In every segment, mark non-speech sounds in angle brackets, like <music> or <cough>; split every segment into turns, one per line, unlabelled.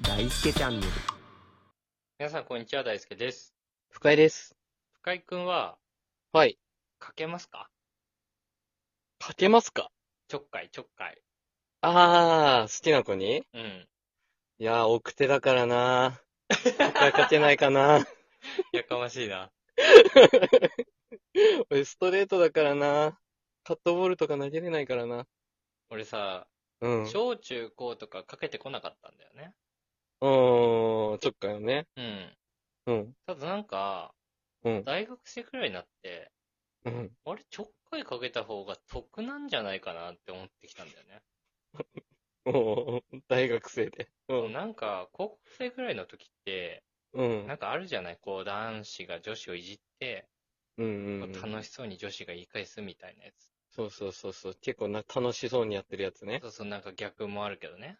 大輔チャンネル。
皆さん、こんにちは。大輔です。
深井です。
深井くんは、
はい。
書けますか
かけますか
ちょっかい、ちょっかい。
あー、好きな子に
うん。
いやー、奥手だからなー。かかけないかな <laughs>
やかましいな。
俺ストレートだからなー。カットボールとか投げれないからな。
俺さ、
うん。うーん、ち
小中高とかかけてこなかったんだよね。
ょっかよね。
うん。
うん。
ただなんか、
うん
大学生くらいになって、
うん。
あれ、ちょっかいかけた方が得なんじゃないかなって思ってきたんだよね。
おー、大学生で。う。
そうんなんか、高校生くらいの時って、
うん。
なんかあるじゃないこう、男子が女子をいじって、
うんうんう
こ
ん
う。楽しそうに女子が言い返すみたいなやつ。
そうそうそうそう。結構な、楽しそうにやってるやつね。
そうそう、なんか逆もあるけどね。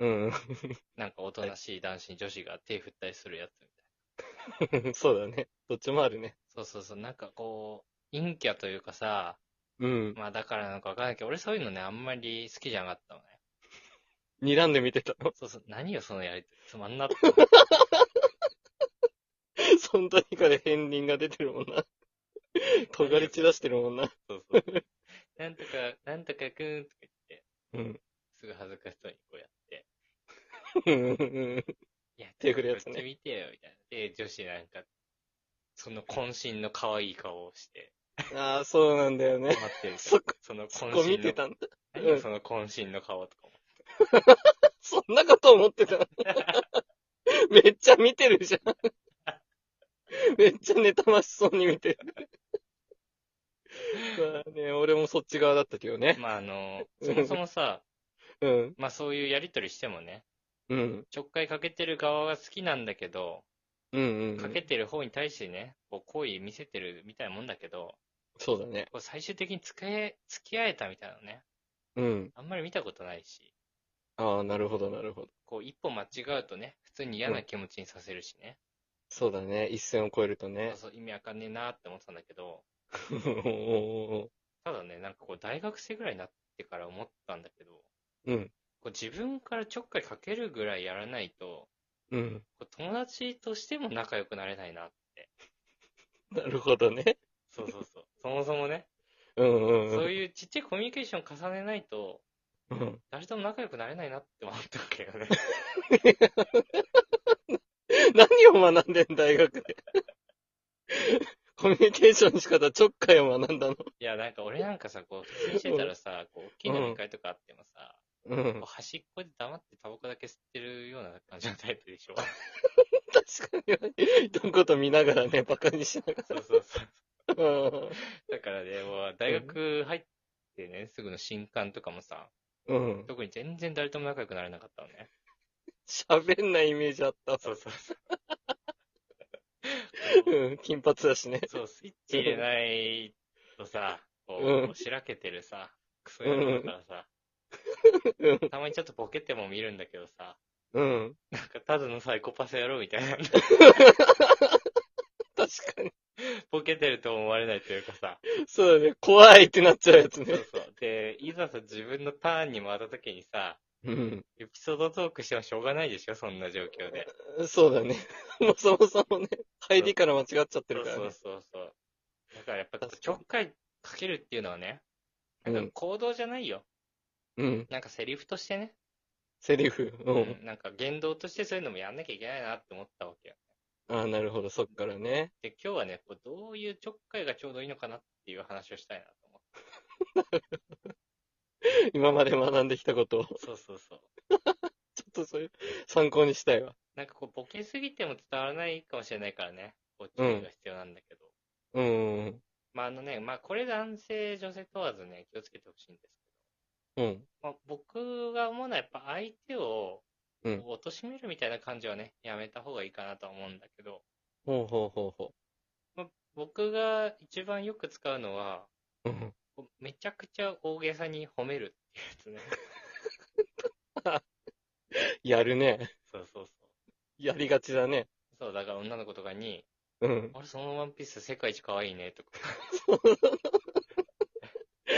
うん。 <laughs>
なんかおとなしい男子に女子が手振ったりするやつみたいな。
そうだね。どっちもあるね。
そうそうそう、なんかこう、陰キャというかさ、
うん。
まあだからなのかわからないけど、俺そういうのね、あんまり好きじゃなかったのね。
睨んで見てたの。
そうそう、何よそのやりとり、つまんなって。
<laughs> そんなにから片鱗が出てるもんな。 <laughs> 尖り散らしてるもんな。
そうそう。なんとか、なんとかくんとか言って、
うん。
すぐ恥ずかしそうにこうやって、
うん。
いや、
手振るやつね
こっち見てよ、みたいな。で、女子なんか、その渾身の可愛い顔をして、
ああ、そうなんだよね。
待ってるじゃん
そこ、
その
そ
渾
こ
身
見て
の、
たんだ。
何よその渾身の顔とかも。
そんなこと思ってた <laughs> のめっちゃ見てるじゃん。 <laughs> めっちゃ妬ましそうに見てる。 <laughs> まあね、俺もそっち側だったけどね。
まああの、そもそもさ、
うん。
まあそういうやりとりしてもね、
うん。
ちょっかいかけてる側が好きなんだけど、
うんうん、う
か
ん。
けてる方に対してね、こう好意見せてるみたいなもんだけど、
そうだね。
こう最終的に付き合え、付き合えたみたいなのね、
うん。
あんまり見たことないし、
ああ、なるほど、なるほど。
こう一歩間違うとね、普通に嫌な気持ちにさせるしね、
そうだね。一線を越えると
そう
ね。
そう意味わかんねえなって思ってたんだけど、
<laughs> おー
ただね、なんかこう大学生ぐらいになってから思ったんだけど、
うん。
こう自分からちょっかいかけるぐらいやらないと、
うん。
こう友達としても仲良くなれないなって。
なるほどね。
そうそうそう。そもそもね、
うんう
そ
ん
ういうちっちゃいコミュニケーション重ねないと、
うん。
誰とも仲良くなれないなって思ったわけよね。 <laughs>
何を学んでん、大学で。 <laughs> コミュニケーションの仕方、ちょっかいを学んだの。
いや、なんか俺なんかさ、こう、普通にしてたらさ、こう、大きい飲み会とかあってもさ、
うん
こう。端っこで黙ってタバコだけ吸ってるような感じのタイプでしょ。
確かに。どこと見ながらね、バカにしなが
そうそうそう。
ら。うん
<laughs> だからね、もう大学入ってね、すぐの新刊とかもさ、
うん。
特に全然誰とも仲良くなれなかったのね。
喋んないイメージあった。
そうそうそう。
うん。金髪だしね。
そう、 <laughs> スイッチ入れないとさ、こ
うん
う、こうしらけてるさ、クソ野郎だからさ、
うん。
たまにちょっとボケても見るんだけどさ、
うん。 <laughs>
なんかただのサイコパス野郎みたいな、
確かに。
ボケてると思われないというかさ、
そうだね。怖いってなっちゃうやつ
そう
ね。
そう。で、いざさ、自分のターンに回った時にさ、
うん。
エピソードトークしてもしょうがないでしょ、そんな状況で。
そうだね。 <laughs> もうそもそもね、入りから間違っちゃって
そ
る
う
から
そう
ね。
そうそう。だからやっぱ
確かに
ちょっかいかけるっていうのはね、なん
う
か
ん
行動じゃないよ。
うん。
なんかセリフとしてね、
セリフ。うん。
なんか言動としてそういうのもやんなきゃいけないなって思ったわけよ。
ああ、なるほど。そっからね。
で、今日はね、こうどういうちょっかいがちょうどいいのかなっていう話をしたいなと思っ
今まで学んできたことを、ちょ
て。そうそうそう。
っとそういう、参考にしたいわ。
なんかこう、ボケすぎても伝わらないかもしれないからね、こう、注意が必要なんだけど。
うん。
まあ、あのね、まあ、これ男性、女性問わずね、気をつけてほしいんです
うん。
けど、まあ、僕が思うのはやっぱ相手を、
うん
貶としめるみたいな感じはね、やめた方がいいかなとは思うんだけど、
ほうほうほうほ
まあ、僕が一番よく使うのは、
う。うん。
こうめちゃくちゃ大げさに褒めるっていうやつね。
やるね。
そうそうそう。
やりがちだね。
そう、だから女の子とかに、
うん。
あれ、そのワンピース世界一可愛いね、とか。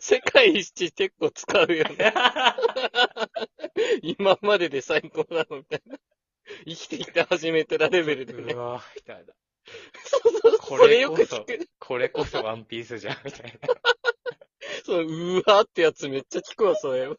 世界一結構 <laughs> 使うよね。今までで最高なのみたいな。生きてきて初めてらレベルでね
う。わーみたいな。
そうそうそ
こ
う。 <laughs> それ
れ
よ
こ
く
そ
聞く。
これこそワンピースじゃん、みたいな。
そのうわーってやつめっちゃ聞くわ、それは。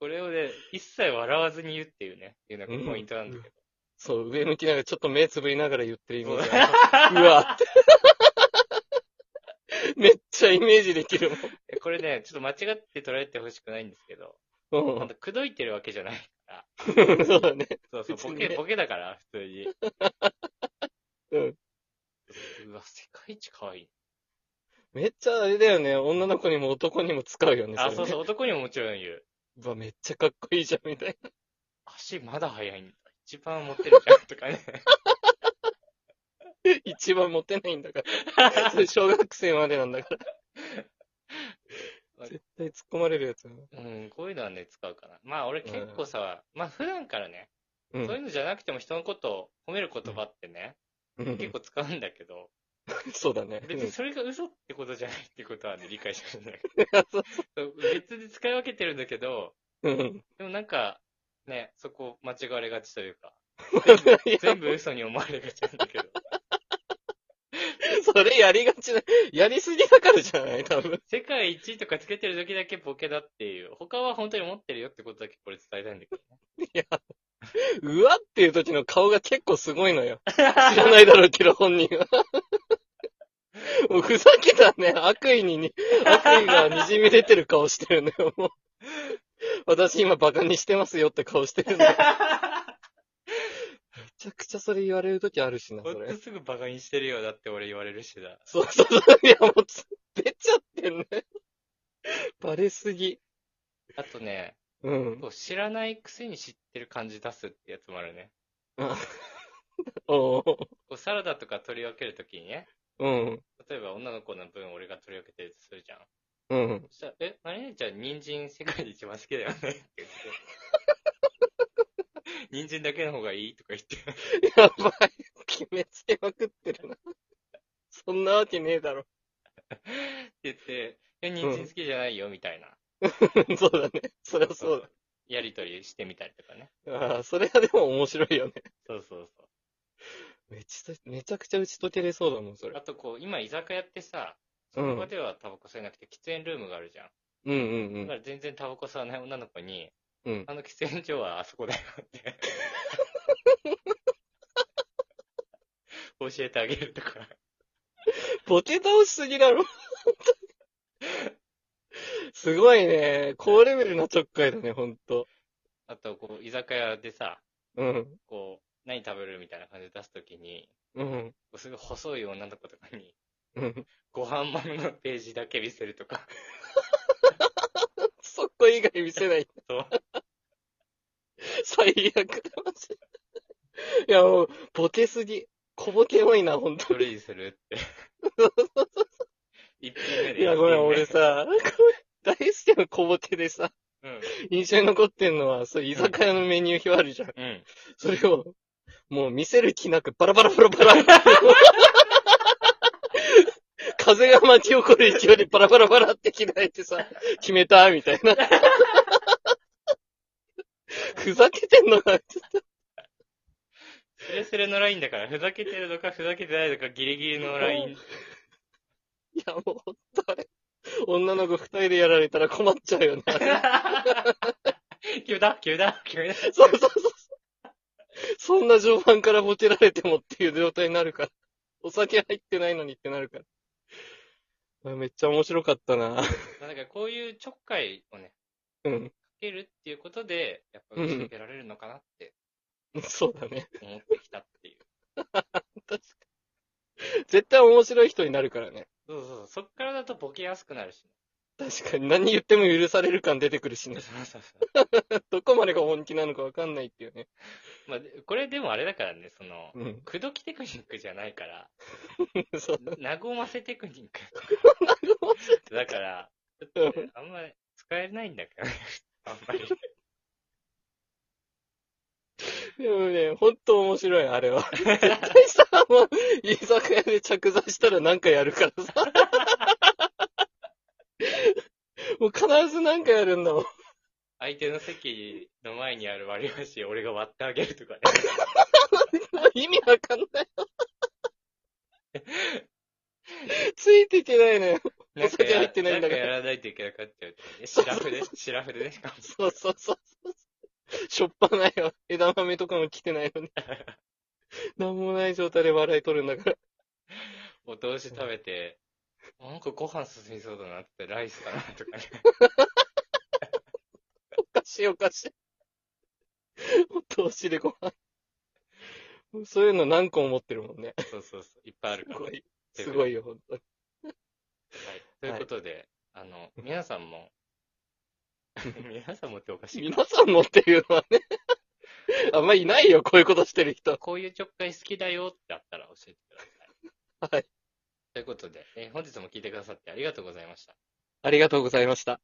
これをね、一切笑わずに言うっていうね、いうのがポイントなんだけ
そう、上向きながらちょっと目つぶりながら言ってるイメ
ど。
ージある。うわーって。めっちゃイメージできる
これね、ちょっと間違って捉えてほしくないんですけど、
もん。う
ほん
ん。
と、口説いてるわけじゃないから。
そうだね。
そうそう、ボ
別にね
ケ、ボケだから、普通に。
うん。
うわ、世界一可愛い。
めっちゃあれだよね。女の子にも男にも使うよね。
あ、そう
れ
そう、
ね
男にももちろん言う。
うわ、めっちゃかっこいいじゃん、みたいな。
足まだ速いんだ。一番持ってるじゃん、とかね。
<laughs> 一番モテないんだ <laughs>
<laughs>
から。それ小学生までなんだから。絶対突っ込まれるやつだな。
うん、こういうのはね、使うかな。まあ、俺結構さ、まあ、普段からね、
う
そういうのじゃなくても人のことを褒める言葉ってね、
ん。
結構使うんだけど、
<laughs> そうだね。
別にそれが嘘ってことじゃないってことはね、理解してるんだけ
うんそう
ど、別で使い分けてるんだけど、
うん。 <laughs>
でもなんか、ね、そこ間違われがちというか、
いや
全部嘘に思われがちなんだけど、
<laughs> それやりがちな、やりすぎだからじゃない多分。
世界一とかつけてる時だけボケだっていう、他は本当に持ってるよってことだけこれ伝えたいん
<laughs>
だけどね。
うわっていう時の顔が結構すごいのよ。知らないだろうけど、本人は。もうふざけたね、悪意にに、悪意が滲み出てる顔してるのよ、もう。私今バカにしてますよって顔して
<laughs>
るの。めちゃくちゃそれ言われる時あるしな、
ほん
そ
と
れ。
すぐバカにしてるよだって俺言われるしだ。
そうそうそう。いや、もうつ、出ちゃってんね。バレすぎ。
あとね、
うん。
そう知らないくせに知ってる感じ出すってやつもあるね。
<laughs> おー
こうサラダとか取り分けるときにね、
うん。
例えば女の子の分俺が取り分けてるとするじゃん。
うん。
そしたら、え、何々ちゃん人参世界で一番好きだよねって言って。人参だけの方がいいとか言って。
やばい。決めつけまくってるな。そんなわけねえだろ。 <laughs>
言って、え、人参好きじゃないよみたいな、
そうだね。そりゃそう
やりとりしてみたりとかね。
だ。ああ、それはでも面白いよね。
そうそうそ。
めちゃめちゃくちゃ打ち解けれそうだもん、そうれ。
あとこう、今居酒屋ってさ、
う
そ
ん
こではタバコ吸えなくて喫煙ルームがあるじゃん。
うんう
だ
ん
から全然タバコ吸わない女の子に、
うん。うん。
あの喫煙所はあそこだよって教えてあげるとか。
ボケ倒しすぎだろ。 <laughs> すごいね。高レベルなちょっかいだね、ほんと。
あと、こう、居酒屋でさ、
うん。
こう、何食べるみたいな感じで出すときに、
うん。
こうすごい細い女の子とかに、
うん。
ご飯まのページだけ見せるとか、
そこ以外見せない。
そう
最悪だ、マジでいや、もう、ボケすぎ。小ボケ多いな、ほんと。
どれにする
<laughs>
って。一品目で。
いや、ごめん、俺
一
さ、これ大好きな小ボケでさ、
品目。
印象に残ってんのは、そう、居酒屋のメニュー表あるじゃん。
うん。うん。
それを、もう見せる気なく、バラバラバラバラ。風が巻き起こる勢いでバラバラバラって開いてさ、決めたみたいな。ふざけてんのかな
スレスレのラインだから、ふざけてるのか、ふざけてないのか、ギリギリのライン。
いや、もうほんとあれ。女の子二人でやられたら困っちゃうよね。
<laughs> 急だ、急だ、急だ。
そうそうそうそう。そんな上半からボケられてもっていう状態になるから。お酒入ってないのにってなるから。あめっちゃ面白かったな。
なんかこういうちょっかいをね、
うん。
かけるっていうことで、やっぱ打ち解けられるのかなって
<laughs> そうだね。
思ってきたっていう。
絶対面白い人になるからね。
そうそうそう、そっからだとボケやすくなるし、
確かに何言っても許される感出てくるし
ね。
ね。 <laughs>
そうそうそう。
どこまでが本気なのかわかんないっていうね。
まあ、でこれでもあれだからね、その、
うん。 <laughs>
口説きテクニックじゃないから、
そう。
和ませテクニッ <laughs> ク。だから、ち
う
ょっ
ん
とねあんまり使えないんだけどね。あんまり。
でもね、ほんと面白い、あれは。絶
<laughs>
対さ、もう、居酒屋で着座したらなんかやるからさ。 <laughs> もう必ずなんかやるんだもん。 <laughs>
相手の席の前にある割り箸、俺が割ってあげるとかね。
意味わかんない。 <laughs> ついていけないのよ。
なんかや
お酒入ってないんだから
んかやらないといけなかったよとかね。シラフで、シラフでね。 <laughs> しかも
そうそうそうそう。しょっぱないよ。枝豆とかも来てない
<laughs>
のに。なんもない状態で笑い取るんだから。
お通し食べて、なんかご飯進みそうだなって、ライスかなと
<laughs>
かね。
おかしいおかしい。お通しでご飯。そういうの何個も持ってるもんね。
そうそうそう。いっぱいある
す
から、
ご
ね。
い。すごいよ、ほんとに。
はい。ということで、あの、皆さんも、 <laughs> 皆さんもっておかしい。
皆さん持ってるのはね。あんまいないよ、こういうことしてる人。
こういうちょっかい好きだよってあったら教えてください。
はい。
ということで、えー本日も聞いてくださってありがとうございました。
ありがとうございました。